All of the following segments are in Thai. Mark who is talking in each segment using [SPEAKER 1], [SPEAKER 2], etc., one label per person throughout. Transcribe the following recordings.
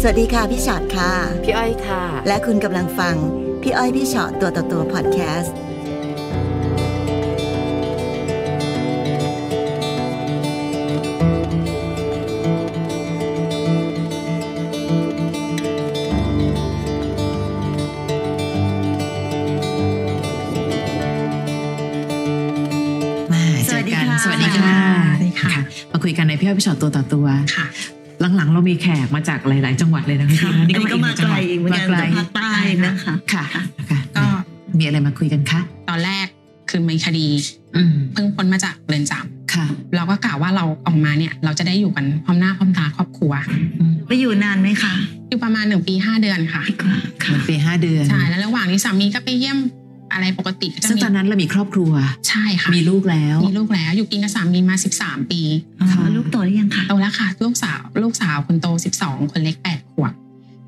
[SPEAKER 1] สวัสดีค่ะ พี่ชอตค่ะ
[SPEAKER 2] พี่อ้อยค่ะ
[SPEAKER 1] และคุณกำลังฟัง พี่อ้อยพี่ชอตตัวต่อตัวพอดแคสต์
[SPEAKER 2] มาเจอกัน
[SPEAKER 1] สวัสดีค่ะ
[SPEAKER 3] สวัสดีค่ะ
[SPEAKER 2] มาคุยกันในพี่อ้อยพี่ชอตตัวต่อตัว
[SPEAKER 3] ค่ะ
[SPEAKER 2] หลังๆ เรามีแขกมาจากหลาย ๆ จังหวัดเลยนะ
[SPEAKER 3] ค่ะ
[SPEAKER 2] พี่
[SPEAKER 1] อันนี้ก็มาไกลอีกเหมือนกัน
[SPEAKER 2] มาไกล
[SPEAKER 1] จากภาคใต้นะคะ
[SPEAKER 2] ค่ะค่ะ
[SPEAKER 3] ก็
[SPEAKER 2] มีอะไรมาคุยกันคะ
[SPEAKER 3] ตอนแรกคือมีคดี
[SPEAKER 2] อืม
[SPEAKER 3] เพิ่งพ้นมาจากเรือนจ
[SPEAKER 2] ค่ะ
[SPEAKER 3] ำเราก็กล่าวว่าเราออกมาเนี่ย เราจะได้อยู่กันพร้อมหน้าพร้อมตาครอบครัว
[SPEAKER 2] อืม
[SPEAKER 1] ไปอยู่นานไหมคะ
[SPEAKER 3] อยู่ประมาณหนึ่งปีห้าเดือนค่ะ
[SPEAKER 2] หนึ่งปีห้าเดือน
[SPEAKER 3] ใช่แล้วระหว่างนี้สามีก็ไปเยี่ยมอะไรปกติก็จะ
[SPEAKER 2] ซึ่ง
[SPEAKER 3] มี
[SPEAKER 2] ตอนนั้นเรามีครอบครัว
[SPEAKER 3] ใช่ค่ะ
[SPEAKER 2] มีลูกแล้ว
[SPEAKER 3] มีลูกแล้วอยู่กินกับสามีมาสิบสามปี
[SPEAKER 1] อ๋อ
[SPEAKER 2] ค่ะ
[SPEAKER 1] ลูกโตหรือยังคะ
[SPEAKER 3] โตแล้วค่ะ ลูกสาวลูกสาวคนโตสิบสองคนเล็กแปดขวบ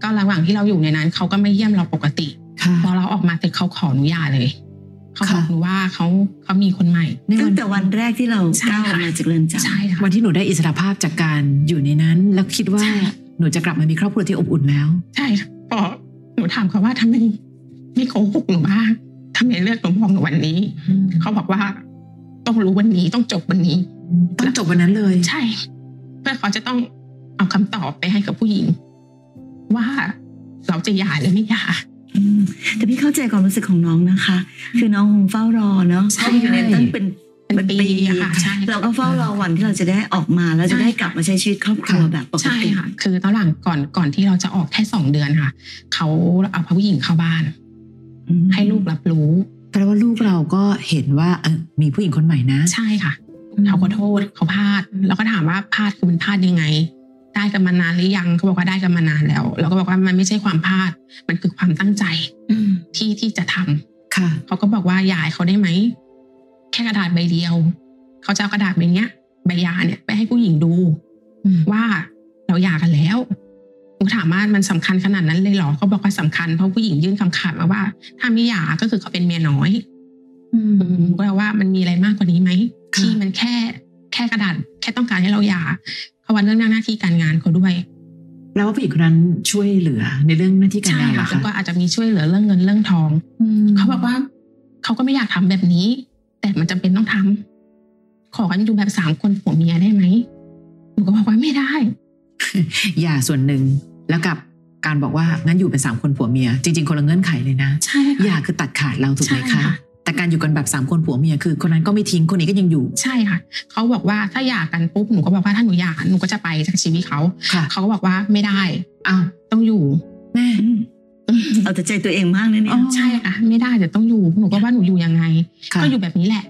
[SPEAKER 3] ก็ระหว่างที่เราอยู่ในนั้นเขาก็มาเยี่ยมเราปกติ
[SPEAKER 2] ค่ะ
[SPEAKER 3] พอเราออกมาเสร็จเขาขออนุญาตเลยเขาบอ
[SPEAKER 2] ค่ะ
[SPEAKER 3] กหนูว่าเขาเขามีคนใหม่
[SPEAKER 2] ใน
[SPEAKER 1] ตั้
[SPEAKER 2] วั
[SPEAKER 1] ง
[SPEAKER 2] น
[SPEAKER 1] แต่วันแรกที่เรา
[SPEAKER 3] ใช่
[SPEAKER 1] ก้าว
[SPEAKER 3] ค่ะ
[SPEAKER 1] ออกมาจากเรือนจำ
[SPEAKER 3] ใช่ค่ะ
[SPEAKER 2] วันที่หนูได้อิสรภาพจากการอยู่ในนั้น แล้วคิดว่า
[SPEAKER 3] ใช่
[SPEAKER 2] หนูจะกลับมามีครอบครัวที่อบอุ่นแล้ว
[SPEAKER 3] ใช่ค่ะพอหนูถามเขาว่าทำไมไม่โกหกหนูบ้างทำไมเลือกหนูมองหนูวันนี้ เขาบอกว่า ต้องรู้วันนี้ต้องจบวันนี้
[SPEAKER 2] ต้องจบวันนั้นเลย
[SPEAKER 3] ใช่ เพื่อเขาจะต้องเอาคำตอบไปให้กับผู้หญิง ว่าเราจะหย่าหรือไม่หย่า
[SPEAKER 1] อืมแต่พี่เข้าใจความรู้สึกของน้องนะคะ คือน้องคงเฝ้ารอเนาะ
[SPEAKER 3] ใช่
[SPEAKER 1] เข้าไปอยู่ในตั้งเป็น
[SPEAKER 3] เป็นปีอะค่ะใช่
[SPEAKER 1] เราก็เฝ้ารอวันที่เราจะได้ออกมาแล้วจะได้กลับมาใช้ชีวิตครอบครัวแบบปก
[SPEAKER 3] ใช่
[SPEAKER 1] ติ
[SPEAKER 3] ค่ะ คือตอนหลังก่อนก่อนที่เราจะออกแค่สองเดือนค่ะเขาเอาผู้หญิงเข้าบ้าน
[SPEAKER 1] อืม
[SPEAKER 3] ให้ลูกรับรู้
[SPEAKER 2] แปลว่าลูกเราก็เห็นว่าเออมีผู้หญิงคนใหม่นะ
[SPEAKER 3] ใช่ค่ะ เขาขอโทษเขาพลาด แล้วก็ถามว่าพลาดคือมันพลาดยังไง ได้กันมานานหรือยังเขาบอกว่าได้กันมานานแล้ว เราก็บอกว่ามันไม่ใช่ความพลาด มันคือความตั้งใจ
[SPEAKER 2] อืม
[SPEAKER 3] ที่ที่จะทำ
[SPEAKER 2] ค่ะ
[SPEAKER 3] เขาก็บอกว่ายายเขาได้ไหมแค่กระดาษใบเดียว เขาจะเอากระดาษใบเนี้ยใบหยาเนี่ยไปให้ผู้หญิงดูว่าเราหย่ากันแล้วหนูถามว่ามันสำคัญขนาดนั้นเลยเหรอเขาบอกว่าสำคัญเพราะผู้หญิงยื่นคำขาดมาว่า ถ้าไม่หย่าก็คือเขาเป็นเมียน้อย แปลว่ามันมีอะไรมากกว่านี้ไหม
[SPEAKER 2] ค่ะ
[SPEAKER 3] ที่มันแค่แค่กระดาษแค่ต้องการให้เราหย่าเขาวันเรื่องหน้าที่การงานเขาด้วย
[SPEAKER 2] แปลว่าผู้หญิงคนนั้นช่วยเหลือในเรื่องหน้าที่การ
[SPEAKER 3] ใช่
[SPEAKER 2] งานเหร
[SPEAKER 3] ค่ะ
[SPEAKER 2] อ
[SPEAKER 3] แล้วก็
[SPEAKER 2] คะ
[SPEAKER 3] อาจจะมีช่วยเหลือเรื่องเงินเรื่องทองเขาบอกว่าเขาก็ไม่อยากทำแบบนี้ แต่มันจำเป็นต้องทำขอกันอยู่แบบสามคนผัวเมียได้ไหมหนูก็บอกว่าไม่ได้
[SPEAKER 2] อย่าส่วนหนึ่งแล้วกับการบอกว่างั้นอยู่เป็นสามคนผัวเมีย จริง ๆ คนละเงื่อนไขเลยนะ
[SPEAKER 3] ใช่ค่ะ
[SPEAKER 2] อย่าคือตัดขาดเราถูกไหม
[SPEAKER 3] ใช่
[SPEAKER 2] คะ
[SPEAKER 3] ค่ะ
[SPEAKER 2] แต่การอยู่กันแบบสามคนผัวเมียคือ คนนั้นก็ไม่ทิ้งคนนี้ก็ยังอยู่
[SPEAKER 3] ใช่ค่ะเขาบอกว่าถ้าหย่ากันปุ๊บหนูก็บอกว่าถ้าหนูหย่าหนูก็จะไปจากชีวิตเขา
[SPEAKER 2] ค่ะ
[SPEAKER 3] เขาก็บอกว่าไม่ได้
[SPEAKER 2] อ้าว
[SPEAKER 3] ต้องอยู่
[SPEAKER 2] แม่
[SPEAKER 1] อืมเอาแต่ใจตัวเองมากนะเนี่
[SPEAKER 2] อ๋
[SPEAKER 1] ย
[SPEAKER 2] อ
[SPEAKER 3] ใช่ค่ะไม่ได้เดี๋ยวต้องอยู่หนูก็ว่าหนูอยู่ยังไง
[SPEAKER 2] ค่ะ
[SPEAKER 3] ก็อยู่แบบนี้แหละ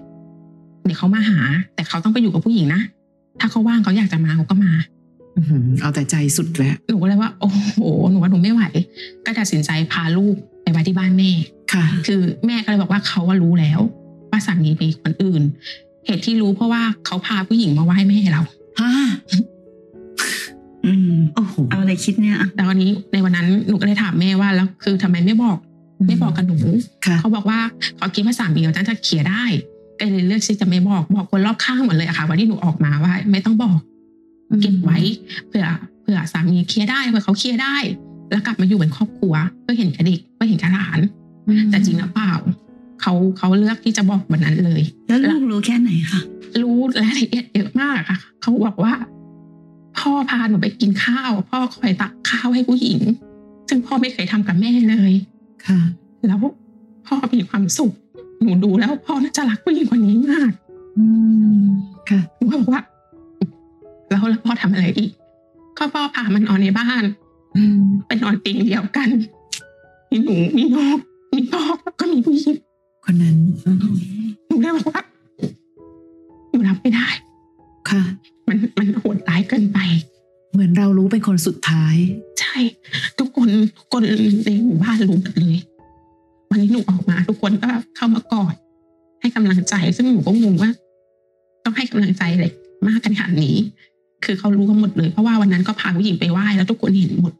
[SPEAKER 3] เดี๋ยวเขามาหา แต่เขาต้องไปอยู่กับผู้หญิงนะ ถ้าเขาว่างเขาอยากจะมาเขาก็มา
[SPEAKER 2] อื้อหือเอาแต่ใจสุดแล้ว
[SPEAKER 3] หนูก็เลยว่า โอ้โห หนูว่าหนูไม่ไหว ก็ตัดสินใจพาลูกไปไว้ที่บ้านแม่
[SPEAKER 2] ค่ะ
[SPEAKER 3] คือแม่ก็เลยบอกว่าเขาว่ารู้แล้วว่าสามีเป็นคนอื่น เหตุที่รู้เพราะว่าเขาพาผู้หญิงมาไหว้แม่เรา
[SPEAKER 2] ฮะ
[SPEAKER 1] อืม
[SPEAKER 2] โอ้โห
[SPEAKER 1] เอาอะไรคิดเนี่ยอะ
[SPEAKER 3] แต่วันนี้ในวันนั้นหนูก็เลยถามแม่ว่าแล้วคือทำไมไม่บอก ไม่บอกกับหนู
[SPEAKER 2] ค่ะ
[SPEAKER 3] เขาบอกว่าเขาคิดว่าสามีเขาน่าจะเคลียร์ได้ก็เลยเลือกที่จะไม่บอกบอกคนรอบข้างหมดเลยอะค่ะวันที่หนูออกมาว่า ไม่ต้องบอก
[SPEAKER 2] อืม
[SPEAKER 3] เก็บไว้เผื่อเผื่อสามีเคลียร์ได้เผื่อเขาเคลียร์ได้ แล้วกลับมาอยู่เป็นครอบครัวเพื่อเห็นกระเด็กเพื่อเห็นกระหลาน แต่จริงหรือเปล่าเขาเขาเลือกที่จะบอกวันนั้นเลย
[SPEAKER 1] แล้วลูกรู้แค่ไหนคะ
[SPEAKER 3] รู้รายละเอียดเยอะมากอะค่ะเขาบอกว่า พ่อพาหนูไปกินข้าว พ่อคอยตักข้าวให้ผู้หญิง ซึ่งพ่อไม่เคยทำกับแม่เลย
[SPEAKER 2] ค่ะ
[SPEAKER 3] แล้วพ่อมีความสุข หนูดูแล้วพ่อน่าจะรักผู้หญิงคนนี้มาก
[SPEAKER 2] อืมค่ะ
[SPEAKER 3] หนูก็บอกว่า แล้วแล้วพ่อทำอะไรอีกก็พ่อพามันนอนในบ้าน
[SPEAKER 2] อืม
[SPEAKER 3] ไปนอนเตียงเดียวกัน มีหนูมีนกมีพ่อแล้วก็มีผู้หญิง
[SPEAKER 2] คนนั้นอืม
[SPEAKER 3] หนูเลยบอกว่าหนูรับไม่ได้
[SPEAKER 2] ค่ะ
[SPEAKER 3] มันมันโหดร้ายเกินไป
[SPEAKER 2] เหมือนเรารู้เป็นคนสุดท้าย
[SPEAKER 3] ใช่ ทุกคนทุกคนในหมู่บ้านรู้หมดเลย วันนี้หนูออกมา ทุกคนก็เข้ามากอดให้กำลังใจ ซึ่งหนูก็งงว่า ต้องให้กำลังใจอะไรมากกันขนาดนี้ คือเขารู้กันหมดเลย เพราะว่าวันนั้นก็พาผู้หญิงไปไหว้แล้วทุกคนเห็นหมด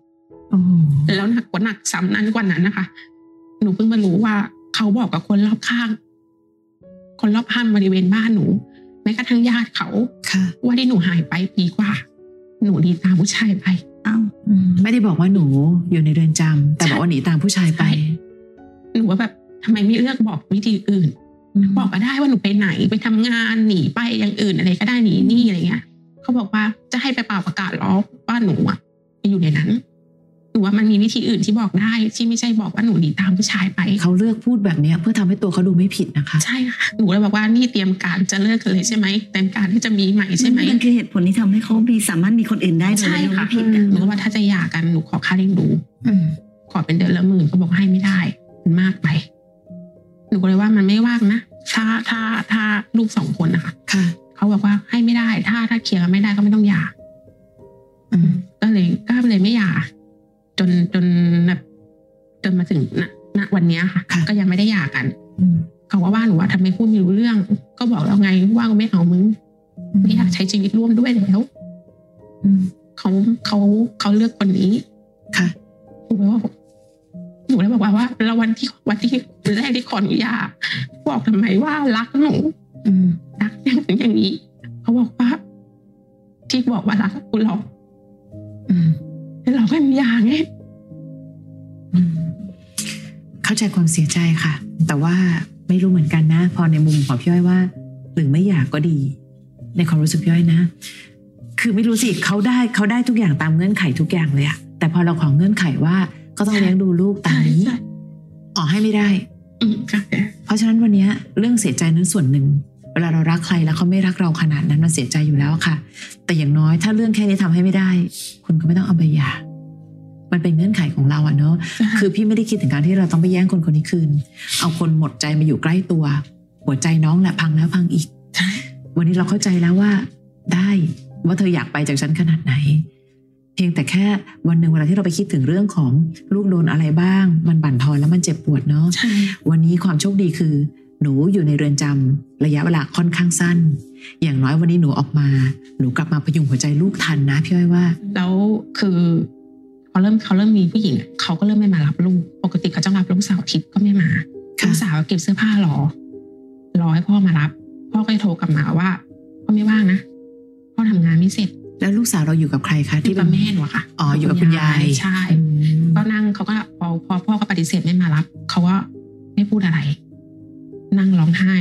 [SPEAKER 2] โอ้โห
[SPEAKER 3] แล้วหนักกว่าหนักซ้ำนั้นกว่านั้นนะคะ หนูเพิ่งมารู้ว่าเขาบอกกับคนรอบข้าง คนรอบข้างบริเวณบ้านหนูแม้กระทั่งญาติเขา
[SPEAKER 2] ค่ะ
[SPEAKER 3] ว่าที่หนูหายไปปีกว่า หนูดีตามผู้ชายไป
[SPEAKER 1] อ้าว อืม
[SPEAKER 2] ไม่ได้บอกว่าหนูอยู่ในเรือนจำแต่บอกว่าหนีตามผู้ชายไป
[SPEAKER 3] ใช่ หนูว่าแบบทำไมไม่เลือกบอกวิธีอื่น บอกก็ได้ว่าหนูไปไหนไปทำงานหนีไปอย่างอื่นอะไรก็ได้หนีหนี่อะไรเงี้ยเขาบอกว่าจะให้ไปเป่าประกาศล้อว่าหนูอะไปอยู่ในนั้นหนูว่ามันมีวิธีอื่นที่บอกได้ ที่ไม่ใช่บอกว่าหนูหนีตามผู้ชายไป
[SPEAKER 2] เขาเลือกพูดแบบเนี้ยเพื่อทำให้ตัวเขาดูไม่ผิดนะคะ
[SPEAKER 3] ใช่ค่ะหนูเลยบอกว่านี่เตรียมการจะเลิกกันเลยใช่ไหมเตรียมการที่จะมีใหม่ใช่ไหม
[SPEAKER 1] นคือเหตุผลที่ทำให้เขามีสามารถมีคนอื่นได้โดย
[SPEAKER 3] ใช่
[SPEAKER 1] ไม่รู้
[SPEAKER 3] ค่ะ
[SPEAKER 1] ว่าผิดอะ
[SPEAKER 3] หนูว่าถ้าจะหย่ากันหนูขอค่าเลี้ยงดู ขอเป็นเดือนละหมื่นก็บอกให้ไม่ได้ มันมากไป หนูก็เลยว่ามันไม่ว่างนะถ้าถ้าถ้าลูกสองคนนะคะ
[SPEAKER 2] ค่ะ
[SPEAKER 3] เขาบอกว่าให้ไม่ได้ ถ้าถ้าเคลียร์กันไม่ได้ก็ไม่ต้องหย่าก็เลยก็เลยไม่หย่าจนจนแบบจนมาถึงณณวันเนี้ยค่ะ
[SPEAKER 2] ค่ะ
[SPEAKER 3] ก็ยังไม่ได้หย่ากัน
[SPEAKER 2] อืม
[SPEAKER 3] เขาว่าว่าหนูว่าทำไมพูดไม่รู้เรื่อง ก็บอกแล้วไงว่ากูไม่เอามึงไม่อยากใช้ชีวิตร่วมด้วยแล้ว
[SPEAKER 2] อืม
[SPEAKER 3] เขาเขาเขาเลือกคนนี้
[SPEAKER 2] ค่ะ
[SPEAKER 3] หนูเลยว่าหนูเลยบอกว่าว่าแล้ววันที่วันที่วันแรกที่ขออนุญาตบอกทำไมว่ารักหนู
[SPEAKER 2] อืม
[SPEAKER 3] รักอย่างนั้นอย่างนี้เขาบอกว่า ที่บอกว่ารักกูหลอก
[SPEAKER 2] อืม
[SPEAKER 3] แต่เราไม่มียาไง
[SPEAKER 2] อืมเข้าใจความเสียใจค่ะ แต่ว่าไม่รู้เหมือนกันนะ พอในมุมของพี่อ้อยว่า หรือไม่อยากก็ดี ในความรู้สึกพี่อ้อยนะ คือไม่รู้สิเขาได้เขาได้ทุกอย่างตามเงื่อนไขทุกอย่างเลยอะแต่พอเราขอเงื่อนไขว่าก็ต้องเลี้ยงดูลูกตามนี้
[SPEAKER 3] ใช่
[SPEAKER 2] อ๋อให้ไม่ได้
[SPEAKER 3] อืมค่ะแต่
[SPEAKER 2] เพราะฉะนั้นวันเนี้ยเรื่องเสียใจนั้นส่วนหนึ่ง เวลาเรารักใครแล้วเขาไม่รักเราขนาดนั้นมันเสียใจอยู่แล้วค่ะ แต่อย่างน้อยถ้าเรื่องแค่นี้ทำให้ไม่ได้ คุณก็ไม่ต้องเอาไปหย่ามันเป็นเงื่อนไขของเราอะเนาะคือพี่ไม่ได้คิดถึงการที่เราต้องไปแย่งคนคนนี้คืน เอาคนหมดใจมาอยู่ใกล้ตัว หัวใจน้องแหละพังแล้วพังอีก
[SPEAKER 3] ใช่
[SPEAKER 2] วันนี้เราเข้าใจแล้วว่าได้ว่าเธออยากไปจากฉันขนาดไหน เพียงแต่แค่วันหนึ่งเวลาที่เราไปคิดถึงเรื่องของลูกโดนอะไรบ้าง มันบั่นทอนแล้วมันเจ็บปวดเนาะ
[SPEAKER 3] ใช่
[SPEAKER 2] วันนี้ความโชคดีคือ หนูอยู่ในเรือนจำระยะเวลาค่อนข้างสั้น อย่างน้อยวันนี้หนูออกมา หนูกลับมาพยุงหัวใจลูกทันนะพี่อ้อยว่า
[SPEAKER 3] แล้วคือเขาเริ่มเขาเริ่มมีผู้หญิงอะเขาก็เริ่มไม่มารับลูกปกติเขาจะรับลูกสาวอาทิตย์ก็ไม่มา
[SPEAKER 2] ค่ะ
[SPEAKER 3] ลูกสาวเก็บเสื้อผ้ารอรอให้พ่อมารับ พ่อก็จะโทรกลับมาว่าพ่อไม่ว่างนะพ่อทำงานไม่เสร็จ
[SPEAKER 2] แล้วลูกสาวเราอยู่กับใครคะ
[SPEAKER 3] ที่
[SPEAKER 2] ที่
[SPEAKER 3] ป
[SPEAKER 2] เป็
[SPEAKER 3] ระ
[SPEAKER 2] น
[SPEAKER 3] เมศหรอคะ
[SPEAKER 2] อ๋ออยู่กับคุณยาย
[SPEAKER 3] ใช่
[SPEAKER 2] อืม
[SPEAKER 3] ก็นั่งเขาก็พอพอพ่อก็ปฏิเสธไม่มารับเขาก็ไม่พูดอะไร นั่งร้องไห้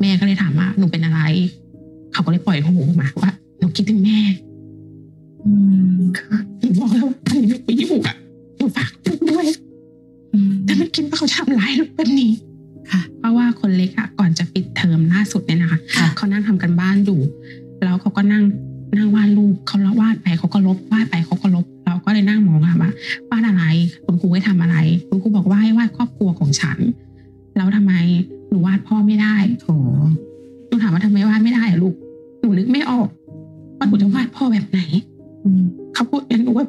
[SPEAKER 3] แม่ก็เลยถามว่าหนูเป็นอะไร เขาก็เลยปล่อยหูมาว่าหนูคิดถึงแม่
[SPEAKER 1] อืม
[SPEAKER 3] หนูบอกแล้วไอ้หนูไปอยู่อะหนูฝากลูกด้วย
[SPEAKER 1] อืม
[SPEAKER 3] แต่ไม่คิดว่าเขาจะทำร้ายลูกแบบนี้
[SPEAKER 2] ค่ะ
[SPEAKER 3] เพราะว่าคนเล็กอะก่อนจะปิดเทอมล่าสุดเนี่ยนะคะ
[SPEAKER 2] ค่ะ
[SPEAKER 3] เขานั่งทำกันบ้านอยู่ แล้วเขาก็นั่งนั่งวาดรูปเขาละวาดไปเขาก็ลบวาดไปเขาก็ลบ เราก็เลยนั่งมองค่ะว่าวาดอะไรคุณครูให้ทำอะไรคุณครูบอกว่าให้วาดครอบครัวของฉัน แล้วทำไมหนูวาดพ่อไม่ได้
[SPEAKER 2] โถ
[SPEAKER 3] หนูถามว่าทำไมวาดไม่ได้อะลูกหนูนึกไม่ออกว่าหนูจะวาดพ่อแบบไหน
[SPEAKER 2] อืม
[SPEAKER 3] เขาพูดอย่างนั้นหนูว่า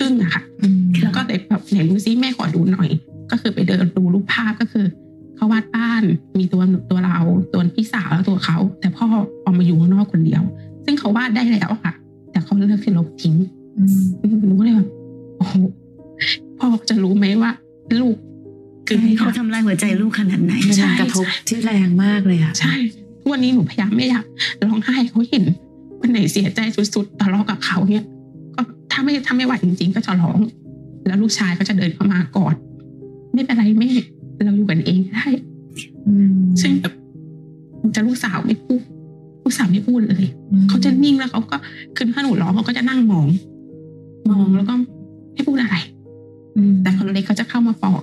[SPEAKER 3] ตึ้งอะค่ะ
[SPEAKER 2] อืม
[SPEAKER 3] แล้วก็เลยแบบไหนดูซิแม่ขอดูหน่อย ก็คือไปเดินดูรูปภาพก็คือเขาวาดบ้านมีตัวตัวเราตัวพี่สาวแล้วตัวเขา แต่พ่อออกมาอยู่ข้างนอกคนเดียว ซึ่งเขาวาดได้แล้วอะค่ะ แต่เขาเลือกที่ลบทิ้ง
[SPEAKER 2] อืม
[SPEAKER 3] หนูก็เลยแบบโอ้โหพ่อจะรู้ไหมว่า ลูก
[SPEAKER 1] คือให้เขาทำลายหัวใจลูกขนาดไหน
[SPEAKER 2] มันเป็นกระทบที่แรงมากเลยอะ
[SPEAKER 3] ใช่ทุกวันนี้หนูพยายามไม่อยากร้องไห้ให้เขาเห็นวันไหนเสียใจสุดๆทะเลาะกับเขาเนี่ยก็ถ้าไม่ถ้าไม่ไหวจริง ๆ ก็จะร้อง แล้วลูกชายก็จะเดินเข้ามากอดไม่เป็นไรแม่เราอยู่กันเองได้
[SPEAKER 2] อืม
[SPEAKER 3] ซึ่งแบบจะลูกสาวไม่พูดลูกสาวไม่พูดเลย
[SPEAKER 2] อืม
[SPEAKER 3] เขาจะนิ่งแล้วเขาก็คือถ้าหนูร้องเขาก็จะนั่งมอง มองแล้วก็ไม่พูดอะไร
[SPEAKER 2] อืม
[SPEAKER 3] แต่คนเล็กเขาจะเข้ามาปลอบ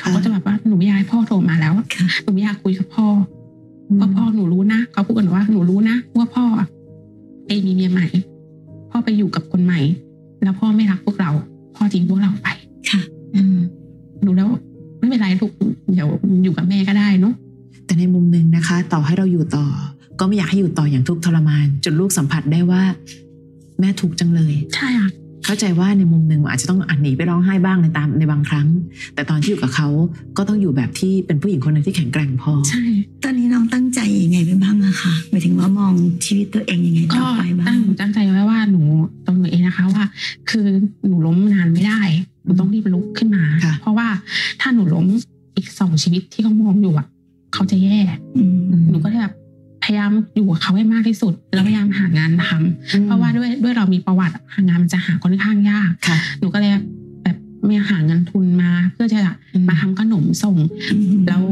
[SPEAKER 3] เขาก็
[SPEAKER 2] ค่ะ
[SPEAKER 3] จะแบบว่าหนูไม่อยากให้พ่อโทรมาแล้ว
[SPEAKER 1] ค่ะ
[SPEAKER 3] หนูไม่อยากคุยกับพ่ออ
[SPEAKER 2] ม
[SPEAKER 3] เพราะพ่อหนูรู้นะเขาพูดกันว่าหนูรู้นะว่าพ่ออะไปมีเมียใหม่ พ่อไปอยู่กับคนใหม่ แล้วพ่อไม่รักพวกเรา พ่อทิ้งพวกเราไป
[SPEAKER 1] ค่ะ
[SPEAKER 2] อืม
[SPEAKER 3] หนูแล้วไม่เป็นไรลูกเดี๋ยวอยู่กับแม่ก็ได้เนาะ
[SPEAKER 2] แต่ในมุมหนึ่งนะคะ ต่อให้เราอยู่ต่อ ก็ไม่อยากให้อยู่ต่ออย่างทุกข์ทรมาน จนลูกสัมผัสได้ว่า แม่ทุกข์จังเลย
[SPEAKER 3] ใช่ค่ะ
[SPEAKER 2] เข้าใจว่าในมุมหนึ่งอาจจะต้องอันหนีไปร้องไห้บ้างในตามในบางครั้ง แต่ตอนที่อยู่กับเขาก็ต้องอยู่แบบที่เป็นผู้หญิงคนหนึ่งที่แข็งแกร่งพอ
[SPEAKER 3] ใช่
[SPEAKER 1] ตอนนี้น้องตั้งใจยังไงไปบ้างอะคะหมายถึงว่ามองชีวิตตัวเองยังไง
[SPEAKER 3] ก็
[SPEAKER 1] ต่อไปบ้า
[SPEAKER 3] ตั้
[SPEAKER 1] ง
[SPEAKER 3] งตั้งใจไว้ว่าหนูตัวหนูเองนะคะว่า คือหนูล้มนานไม่ได้หนูต้องรีบลุกขึ้นมา
[SPEAKER 2] ค่ะ
[SPEAKER 3] เพราะว่าถ้าหนูล้มอีกสองชีวิตที่เขามองอยู่อ่ะเขาจะแย่
[SPEAKER 1] อืม
[SPEAKER 3] หนูก็เลยแบบพ พยายามอยู่กับเขาให้มากที่สุด แล้วพยายามหางานทำเพราะว่าด้วยด้วยเรามีประวัติอะหางานมันจะหาค่อนข้างยาก
[SPEAKER 2] ค่ะ
[SPEAKER 3] หนูก็เลยแบบไม่หาเงินทุนมา เพื่อจะ
[SPEAKER 2] อืม
[SPEAKER 3] มาทำขนมส่ง แล้ว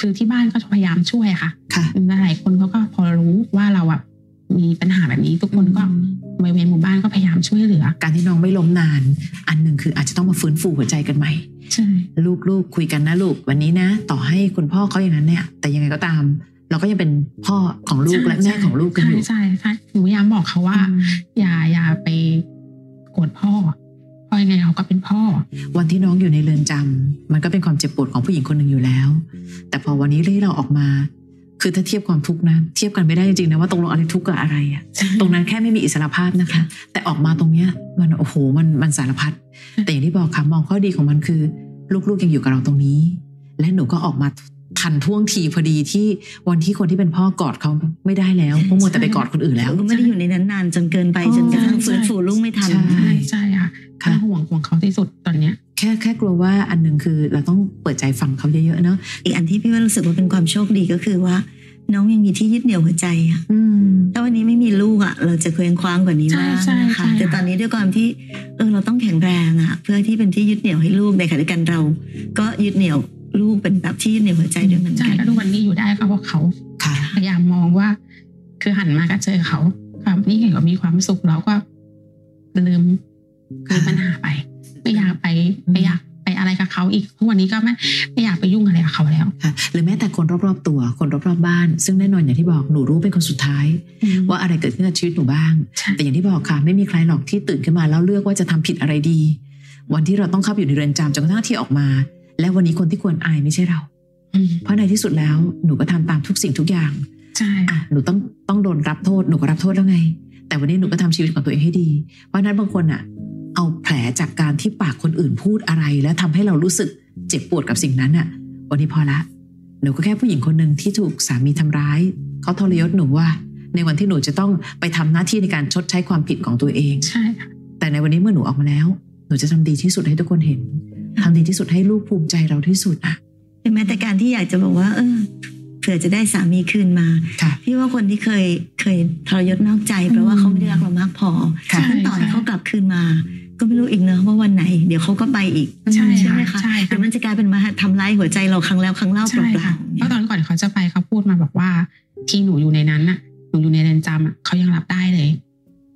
[SPEAKER 3] คือที่บ้านก็พยายามช่วยค่ะ
[SPEAKER 2] ค่ะ
[SPEAKER 3] หลายคนเขาก็พอรู้ว่าเราอ่ะมีปัญหาแบบนี้ทุกคนก็
[SPEAKER 2] อืม
[SPEAKER 3] บริเวณหมู่บ้านก็พยายามช่วยเหลือ
[SPEAKER 2] การที่น้องไม่ล้มนาน อันหนึ่งคืออาจจะต้องมาฟื้นฟูหัวใจกันใหม่
[SPEAKER 3] ใช่
[SPEAKER 2] ลูกๆ คุยกันนะลูกวันนี้นะ ต่อให้คุณพ่อเขาอย่างนั้นเนี่ย แต่ยังไงก็ตาม เราก็ยังเป็นพ่อของลูกและแม่ของลูกกันอยู่
[SPEAKER 3] ใช่ใช่ใช่หนูพยายามบอกเขาว่า
[SPEAKER 2] อืม
[SPEAKER 3] อย่าอย่าไปโกรธพ่อเพราะยังไงเขาก็เป็นพ่อ
[SPEAKER 2] วันที่น้องอยู่ในเรือนจำมันก็เป็นความเจ็บปวดของผู้หญิงคนหนึ่งอยู่แล้ว แต่พอวันนี้ที่เราออกมา คือถ้าเทียบความทุกข์นะเทียบกันไม่ได้จริงๆนะว่าตรงลงอะไรทุกข์กับอะไรอะตรงนั้นแค่ไม่มีอิสรภาพนะคะ แต่ออกมาตรงเนี้ย มันโอ้โหมันมันสารพัดแต่อย่างที่บอกค่ะมองข้อดีของมันคือ ลูกๆยังอยู่กับเราตรงนี้ และหนูก็ออกมาทันท่วงทีพอดีที่วันที่คนที่เป็นพ่อกอดเขาไม่ได้แล้วเพราะมัวแต่ไปกอดคนอื่นแล้ว
[SPEAKER 1] ก็ไม่ได้อยู่ในนั้นนานจนเกินไป
[SPEAKER 2] อ๋อ
[SPEAKER 1] จนกระทั่งฟื้นฟูลูกไม่ทัน
[SPEAKER 2] ใช่
[SPEAKER 3] ใช่ใช่ค่ะ
[SPEAKER 2] ค่ะ
[SPEAKER 3] เป็นห่วงห่วงเขาที่สุดตอนเนี้ย
[SPEAKER 2] แค่แค่กลัวว่าอันหนึ่งคือเราต้องเปิดใจฟังเขาเยอะๆเนาะ
[SPEAKER 1] อีกอันที่พี่ว่ารู้สึกว่าเป็นความโชคดีก็คือว่า น้องยังมีที่ยึดเหนี่ยวหัวใจอะ
[SPEAKER 2] อืม
[SPEAKER 1] ถ้าวันนี้ไม่มีลูกอะเราจะเคว้งคว้างกว่านี้มาก
[SPEAKER 3] ใช่
[SPEAKER 1] นะ
[SPEAKER 3] ใช่
[SPEAKER 1] คะ
[SPEAKER 3] ใช่
[SPEAKER 1] แต่ตอนนี้ด้วยความที่เออเราต้องแข็งแรงอะเพื่อที่เป็นที่ยึดเหนี่ยวให้ลูกในขณะเดียวกันเรา ก็ยึดเหนี่ยวลูกเป็นแบบที่ยึดเหนี่ยวหัวใจด้วยเหมือน
[SPEAKER 3] ใช่
[SPEAKER 1] กัน
[SPEAKER 3] แล้วทุกวันนี้อยู่ได้ก็เพราะเขา
[SPEAKER 2] ค่ะ
[SPEAKER 3] พยายามมองว่า คือหันมาก็เจอเขาความนี่เห็นก็มีความสุขเราก็ลืมลืมปัญหาไป ไม่อยากไปไม่อยากไปอะไรกับเขาอีกทุกวันนี้ก็ไม่ไม่อยากไปยุ่งอะไรกับเขาแล้ว
[SPEAKER 2] ค่ะหรือแม้แต่คนรอบ ๆ ตัว คนรอบๆบ้าน ซึ่งแน่นอนอย่างที่บอกหนูรู้เป็นคนสุดท้าย ว่าอะไรเกิดขึ้นกับชีวิตหนูบ้าง
[SPEAKER 3] ใช่
[SPEAKER 2] แต่อย่างที่บอกค่ะ ไม่มีใครหรอกที่ตื่นขึ้นมาแล้วเลือกว่าจะทำผิดอะไรดี วันที่เราต้องเข้าไปอยู่ในเรือนจำจนกระทั่งที่ออกมา และวันนี้คนที่ควรอายไม่ใช่เรา
[SPEAKER 3] อืม
[SPEAKER 2] เพราะในที่สุดแล้วหนูก็ทำตามทุกสิ่งทุกอย่าง
[SPEAKER 3] ใช่
[SPEAKER 2] อ่ะหนูต้องต้องโดนรับโทษหนูก็รับโทษแล้วไง แต่วันนี้หนูก็ทำชีวิตของตัวเองให้ดี เพราะฉะนั้นบางคนอ่ะ เอาแผลจากการที่ปากคนอื่นพูดอะไร และทำให้เรารู้สึกเจ็บปวดกับสิ่งนั้นอ่ะ วันนี้พอละ หนูก็แค่ผู้หญิงคนหนึ่งที่ถูกสามีทำร้าย เขาทรยศหนูว่า ในวันที่หนูจะต้องไปทำหน้าที่ในการชดใช้ความผิดของตัวเอง
[SPEAKER 3] ใช่ค่ะ
[SPEAKER 2] แต่ในวันนี้เมื่อหนูออกมาแล้ว หนูจะทำดีที่สุดให้ทุกคนเห็นทำดีที่สุดให้ลูกภูมิใจเราที่สุดอ่ะ
[SPEAKER 1] หรือแม้แต่การที่อยากจะบอกว่า เออเผื่อจะได้สามีคืนมา
[SPEAKER 2] ค่ะ
[SPEAKER 1] พี่ว่าคนที่เคยเคยทรยศนอกใจเพราะว่าเขาไม่ได้รักเรามากพอ
[SPEAKER 2] ค่ะ
[SPEAKER 1] ขั้นตอนเขากลับคืนมา ก็ไม่รู้อีกเนอะว่าวันไหน เดี๋ยวเขาก็ไปอีก
[SPEAKER 3] ใช่ค่ะ
[SPEAKER 1] ไหมคะ
[SPEAKER 3] ใช่
[SPEAKER 1] หรื
[SPEAKER 3] ค่ะ
[SPEAKER 1] อมันจะกลายเป็นมาทำร้ายหัวใจเราครั้งแล้วครั้งเล่าเป
[SPEAKER 3] ใช่
[SPEAKER 1] ล่า
[SPEAKER 3] ค่ะ
[SPEAKER 1] ๆ
[SPEAKER 3] เพ
[SPEAKER 1] เนี่ย
[SPEAKER 3] ราะตอนก่อนเขาจะไปเขาพูดมาบอกว่า ที่หนูอยู่ในนั้นน่ะหนูอยู่ในเรือนจำอ่ะเขายังรับได้เลย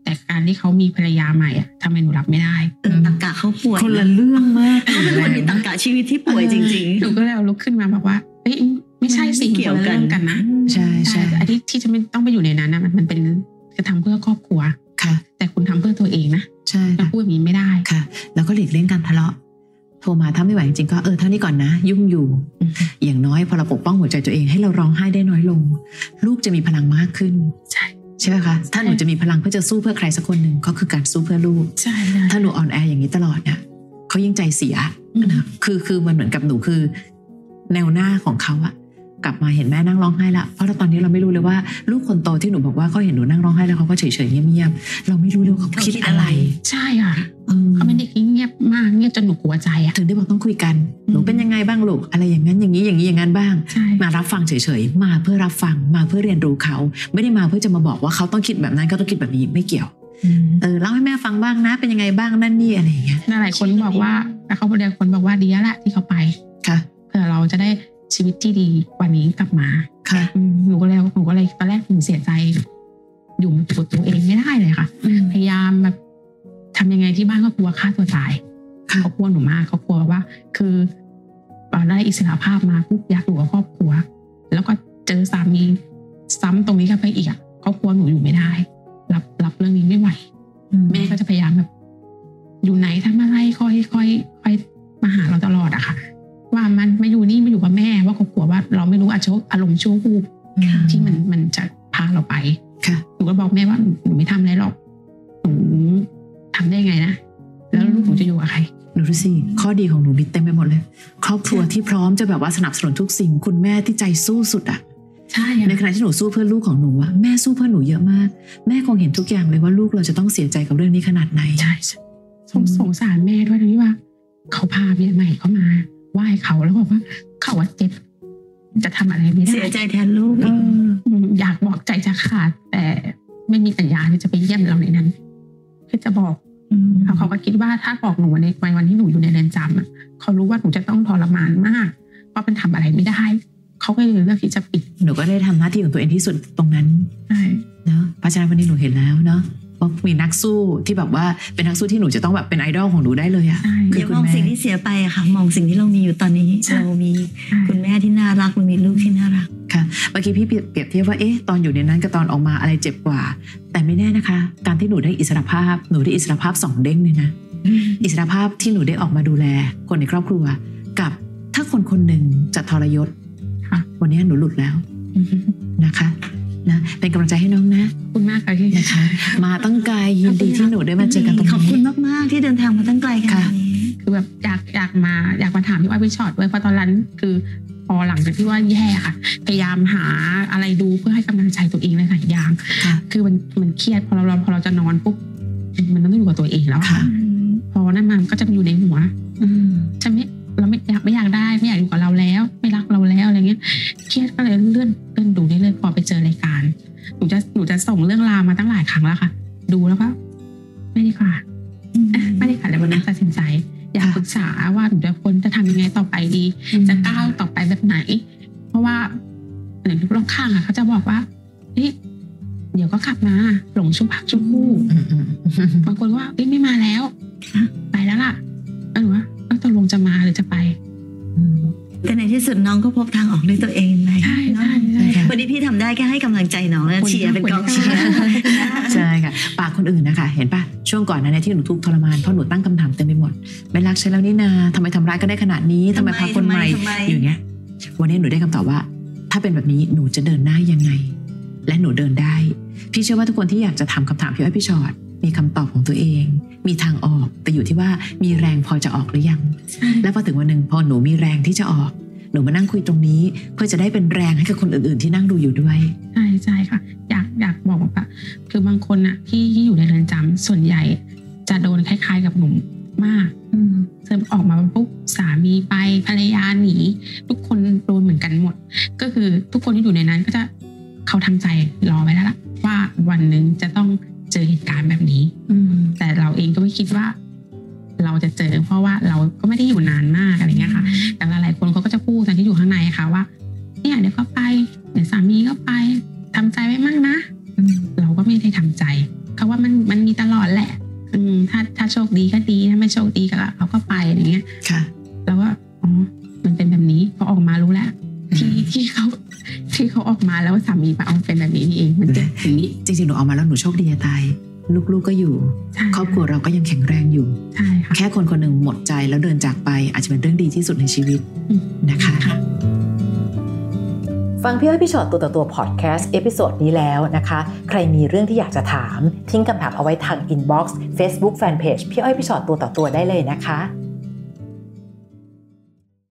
[SPEAKER 3] แต่การที่เขามีภรรยาใหม่อ่ะทำไมหนูรับไม่ได้
[SPEAKER 1] เออตักกะเขาป่วย
[SPEAKER 2] คนละเรื่องมาก
[SPEAKER 1] เขาเป็นคนมีตักกะชีวิตที่ป่วยจริง
[SPEAKER 3] หนูก็เลยเอาลุกขึ้นมาบอกว่าเฮ้ยไม่ใช่สิ
[SPEAKER 1] มันไม่เกี่ยวกัน
[SPEAKER 3] มัคละรื่องกันนะ
[SPEAKER 2] ใช่ใช่
[SPEAKER 3] ใช่ไอ้ที่ที่จะไม่ต้องไปอยู่ในนั้นนะมันมันเป็นคือทำเพื่อครอบครัว
[SPEAKER 2] ค่ะ
[SPEAKER 3] แต่คุณทำเพื่อตัวเองนะ
[SPEAKER 2] ใช่
[SPEAKER 3] เรา
[SPEAKER 2] ค่ะ
[SPEAKER 3] พูดอย่างนี้ไม่ได้
[SPEAKER 2] ค่ะ แล้วก็หลีกเลี่ยงการทะเลาะ โทรมาถ้าไม่ไหวจริงๆก็เออเท่านี้ก่อนนะ ยุ่งอยู่
[SPEAKER 3] อืม
[SPEAKER 2] อย่างน้อยพอเราปกป้องหัวใจตัวเองให้เราร้องไห้ได้น้อยลง ลูกจะมีพลังมากขึ้น
[SPEAKER 3] ใช่
[SPEAKER 2] ใช่ไหมคะถ้าหนูจะมีพลังเพื่อจะสู้เพื่อใครสักคนหนึ่งก็คือการสู้เพื่อลูก
[SPEAKER 3] ใช่ได้
[SPEAKER 2] ถ้าหนูอ่อนแออย่างนี้ตลอดเนี่ยเขายิ่งใจเสีย
[SPEAKER 3] อืม
[SPEAKER 2] นะคือคือมันเหมือนกับหนูคือ แนวหน้าของเขาอะกลับมาเห็นแม่นั่งร้องไห้ละเพราะตอนนี้เราไม่รู้เลยว่า ลูกคนโตที่หนูบอกว่าเขาเห็นหนูนั่งร้องไห้แล้วเขาก็เฉยเฉยๆเงียบๆเราไม่รู้เลยว่าเขาคิดอะไร
[SPEAKER 3] ใช่ค่ะ
[SPEAKER 2] อืม
[SPEAKER 3] เขาเป็นเด็กที่เงียบมากเงียบจนหนูกลัวใจอ่ะ
[SPEAKER 2] ถึงได้บอกต้องคุยกัน หนู
[SPEAKER 3] อืม
[SPEAKER 2] เป็นยังไงบ้างลูก อะไรอย่างนั้นอย่างนี้อย่างนี้อย่างนั้นบ้าง
[SPEAKER 3] ใช่
[SPEAKER 2] มารับฟังเฉยๆ มาเพื่อรับฟัง มาเพื่อเรียนรู้เขา ไม่ได้มาเพื่อจะมาบอกว่าเขาต้องคิดแบบนั้นเขาต้องคิดแบบนี้ไม่เกี่ยว เออเล่าให้แม่ฟังบ้างนะ เป็นยังไงบ้างนั่นนี่อะไรอย่างเงี้ย
[SPEAKER 3] หลายคนบอกว่าแต่เขาหลายคนบอกว่าดีแล้วแหละที่เขาไป
[SPEAKER 2] ค่ะ
[SPEAKER 3] เผื่อเราจะได้ชีวิตที่ดีกวันนี้กลับมา
[SPEAKER 2] ค่ะ
[SPEAKER 3] อืมหนูก็เลยหนูก็เลยตอนแรกหนูเสียใจ อยู่กับตัวเองไม่ได้เลยค่ะ พยายามแบบทำยังไงที่บ้านก็กลัวฆ่าตัวตาย
[SPEAKER 2] ค่ะ
[SPEAKER 3] เขากลัวหนูมากเขากลัวว่า คือตอนได้อิสระภาพมาปุ๊บอยากอยู่กับครอบครัว แล้วก็เจอสามีซ้ำตรงนี้เข้าไปอีกอะเขากลัวหนูอยู่ไม่ได้ รับรับเรื่องนี้ไม่ไหว แม่ก็จะพยายามแบบ อยู่ไหนทำอะไรค่อยค่อยค่อยมาหาเราตลอดอะค่ะ ว่ามันมาอยู่นี่มาอยู่กับแม่ว่าเขากลัวว่า เราไม่รู้อาจจะอารมณ์ชั่ววูบ
[SPEAKER 1] ค่ะ
[SPEAKER 3] ที่มันมันจะพาเราไป
[SPEAKER 2] ค่ะ
[SPEAKER 3] หนูก็บอกแม่ว่าหนูไม่ทำอะไรหรอกหนูทำได้ไงนะ แล้วลูกหนูจะอยู่กับใคร
[SPEAKER 2] หนูรู้สิ ข้อดีของหนูมีเต็มไปหมดเลย ครอบครัวที่พร้อมจะแบบว่าสนับสนุนทุกสิ่ง คุณแม่ที่ใจสู้สุดอะ
[SPEAKER 3] ใช่
[SPEAKER 2] ในขณะที่หนูสู้เพื่อลูกของหนูอะแม่สู้เพื่อหนูเยอะมาก แม่คงเห็นทุกอย่างเลยว่าลูกเราจะต้องเสียใจกับเรื่องนี้ขนาดไหน
[SPEAKER 3] ใช่ใช่สงสงสารแม่ด้วยตรงที่ว่า เขาพาเมียใหม่เข้ามาไหว้เขาแล้วบอกว่าเขาว่าเจ็บ จะทำอะไรไม่ได้
[SPEAKER 1] เสียใจแทนลูก
[SPEAKER 3] เอออยากบอกใจจะขาด แต่ไม่มีปัญญาที่จะไปเยี่ยมเราในนั้นคือจะบอก
[SPEAKER 1] ม
[SPEAKER 3] แล้วเขาก็คิดว่าถ้าบอกหนูในวันวันที่หนูอยู่ในเรือนจำอะเขารู้ว่าหนูจะต้องทรมานมาก เพราะมันทำอะไรไม่ได้ เขาก็เลยเลือกที่จะปิด
[SPEAKER 2] หนูก็ได้ทำหน้าที่ของตัวเองที่สุดตรงนั้น
[SPEAKER 3] ใช่
[SPEAKER 2] เนาะเพราะฉะนั้นวันนี้หนูเห็นแล้วเนาะว่ามีนักสู้ที่แบบว่าเป็นนักสู้ที่หนูจะต้องแบบเป็นไอดอลของหนูได้เลยอะ
[SPEAKER 3] ใช่
[SPEAKER 2] คื
[SPEAKER 1] อย่ามองสิ่งที่เสียไปอะค่ะ มองสิ่งที่เรามีอยู่ตอนนี้ เรามีคุณแม่ที่น่ารักเรามีลูกที่น่ารัก
[SPEAKER 2] ค่ะเมื่อกี้พี่เปรียบเปรียบเทียบว่าเอ๊ะตอนอยู่ในนั้นกับตอนออกมาอะไรเจ็บกว่า แต่ไม่แน่นะคะ การที่หนูได้อิสรภาพหนูได้อิสรภาพสองเด้งเลยนะ อิสรภาพที่หนูได้ออกมาดูแล คนในครอบครัว กับถ้าคนคนหนึ่งจะทรยศ
[SPEAKER 3] ค่ะ
[SPEAKER 2] วันนี้หนูหลุดแล้วนะคะนะเป็นกำลังใจให้น้องนะ
[SPEAKER 3] ขอบคุณมาก ค่ะที่
[SPEAKER 2] นะคะ มาตั้งไกลยินดีที่หนูได้มาเจอกันตรง
[SPEAKER 1] ขอบคุ
[SPEAKER 2] นี้
[SPEAKER 1] ณมาก ๆ ที่เดินทางมาตั้งไกลขนา
[SPEAKER 2] ค่ะ
[SPEAKER 1] ดนี้
[SPEAKER 3] คือแบบอยากอยากมาอยากมาถามพี่อ้อยพี่ชอตด้วยเพราะตอนนั้นคือพอหลังจากที่ว่าแย่ค่ะพยายามหาอะไรดูเพื่อให้กำลังใจตัวเองหลายๆอย่าง
[SPEAKER 2] ค่ะ
[SPEAKER 3] คือมันมันเครียดพอเราเราพอเราจะนอนปุ๊บมันต้องอยู่กับตัวเองแล้วอะ
[SPEAKER 2] ค่ะ
[SPEAKER 3] พอนั่นมามันก็จะอยู่ในหัว
[SPEAKER 2] อืม
[SPEAKER 3] จะไม่เราไม่อยากไม่อยากได้ไม่อยากอยู่กับเราแล้ว ไม่รักเราแล้วอะไรเงี้ยเครียดก็เลยเลื่อนเลื่อนดูเรื่อยๆพอไปเจอรายการหนูจะหนูจะส่งเรื่องราวมาตั้งหลายครั้งแล้วค่ะ ดูแล้วก็ไม่ดีกว่าเอ๊ะไม่ดีกว่าเลยวันนั้นตัดสินใจ อยาก
[SPEAKER 2] ค่ะ
[SPEAKER 3] ปรึกษาว่าหนูจะควรจะทำยังไงต่อไปดี จะก้าวต่อไปแบบไหน เพราะว่าหนึ่งรอบข้างอะเขาจะบอกว่าเฮ้ยเดี๋ยวก็กลับมาหลงชุบพักชุบคู่
[SPEAKER 2] อืมอืมอืม
[SPEAKER 3] บางคนว่าเอ้ยไม่มาแล้ว
[SPEAKER 1] ค่ะ
[SPEAKER 3] ไปแล้วล่ะเออหนูว่าเอ้าตกลงจะมาหรือจะไป
[SPEAKER 2] อืม
[SPEAKER 1] แต่ในที่สุดน้องก็พบทางออกด้วยตัวเองไหม
[SPEAKER 3] ใช่
[SPEAKER 1] เนอะ
[SPEAKER 3] ใช่ใช่
[SPEAKER 1] วันนี้พี่ทำได้แค่ให้กำลังใจน้องและ
[SPEAKER 3] ขอบคุณ
[SPEAKER 1] เชียร์เป็นกองเชียร์
[SPEAKER 3] ขอบคุณ
[SPEAKER 2] ใช่ค่ะปากคนอื่นนะคะเห็นปะช่วงก่อนนะเนี่ยที่หนูทุกข์ทรมานเพราะหนูตั้งคำถามเต็มไปหมด ไม่รักฉันแล้วนี่นาทำไมทำร้ายก็ได้ขนาดนี้ทำไมพาคนใหม่
[SPEAKER 1] ทำไม
[SPEAKER 2] อยู่เนี้ย วันนี้หนูได้คำตอบว่า ถ้าเป็นแบบนี้หนูจะเดินหน้ายังไง และหนูเดินได้ พี่เชื่อว่าทุกคนที่อยากจะถามคำถามพี่อ้อยพี่ชอตมีคำตอบของตัวเอง มีทางออกแต่อยู่ที่ว่ามีแรงพอจะออกหรือยัง แล้วพอถึงวันหนึ่งพอหนูมีแรงที่จะออก หนูมานั่งคุยตรงนี้ เพื่อจะได้เป็นแรงให้กับคนอื่นๆ ที่นั่งดูอยู่ด้วย
[SPEAKER 3] ใช่ใช่ค่ะ อยากอยากบอกว่าคือบางคนน่ะที่ที่อยู่ในเรือนจำส่วนใหญ่ จะโดนคล้าย ๆ กับหนุ่มมากเสริมออกมาปุ๊บสามีไปภรรยาหนี ทุกคนโดนเหมือนกันหมด ก็คือทุกคนที่อยู่ในนั้นก็จะเขาทำใจรอไว้แล้วล่ะว่าวันหนึ่งจะต้องเจอเหตุการณ์แบบนี้ แต่เราเองก็ไม่คิดว่า เราจะเจอ เพราะว่าเราก็ไม่ได้อยู่นานมากอะไรเงี้ยค่ะ แต่หลายๆคนเขาก็จะพูดตอนที่อยู่ข้างในอะค่ะว่าเนี่ยเดี๋ยวก็ไปเดี๋ยวสามีก็ไปทำใจไว้มั่งนะ เราก็ไม่ได้ทำใจเขาว่ามันมันมีตลอดแหละ อืมถ้าถ้าโชคดีก็ดีถ้าไม่โชคดีก็เขาก็ไปอย่างเงี้ย
[SPEAKER 2] ค่ะ
[SPEAKER 3] เราก็อ๋อมันเป็นแบบนี้พอออกมารู้แล้วที่ที่เขาที่เขาออกมาแล้วสามีมาเอาเป็นแบบนี้นี่เองมันเป็นอย่างนี้
[SPEAKER 2] จริงๆ หนูออกมาแล้วหนูโชคดีจะตาย ลูกๆ ก็อยู่
[SPEAKER 3] ใช่
[SPEAKER 2] ครอบครัวเราก็ยังแข็งแรงอยู่
[SPEAKER 3] ใช่ค่ะ
[SPEAKER 2] แค่คนคนหนึ่งหมดใจแล้วเดินจากไป อาจจะเป็นเรื่องดีที่สุดในชีวิต
[SPEAKER 3] อืม
[SPEAKER 2] นะคะ
[SPEAKER 3] ค่ะ
[SPEAKER 4] ฟังพี่อ้อยพี่ชอตตัวต่อตัวพอดแคสต์เอพิโซดนี้แล้วนะคะ ใครมีเรื่องที่อยากจะถาม ทิ้งคำถามเอาไว้ทางอินบ็อกซ์เฟซบุ๊กแฟนเพจพี่อ้อยพี่ชอตตัวต่อตัวได้เลยนะคะ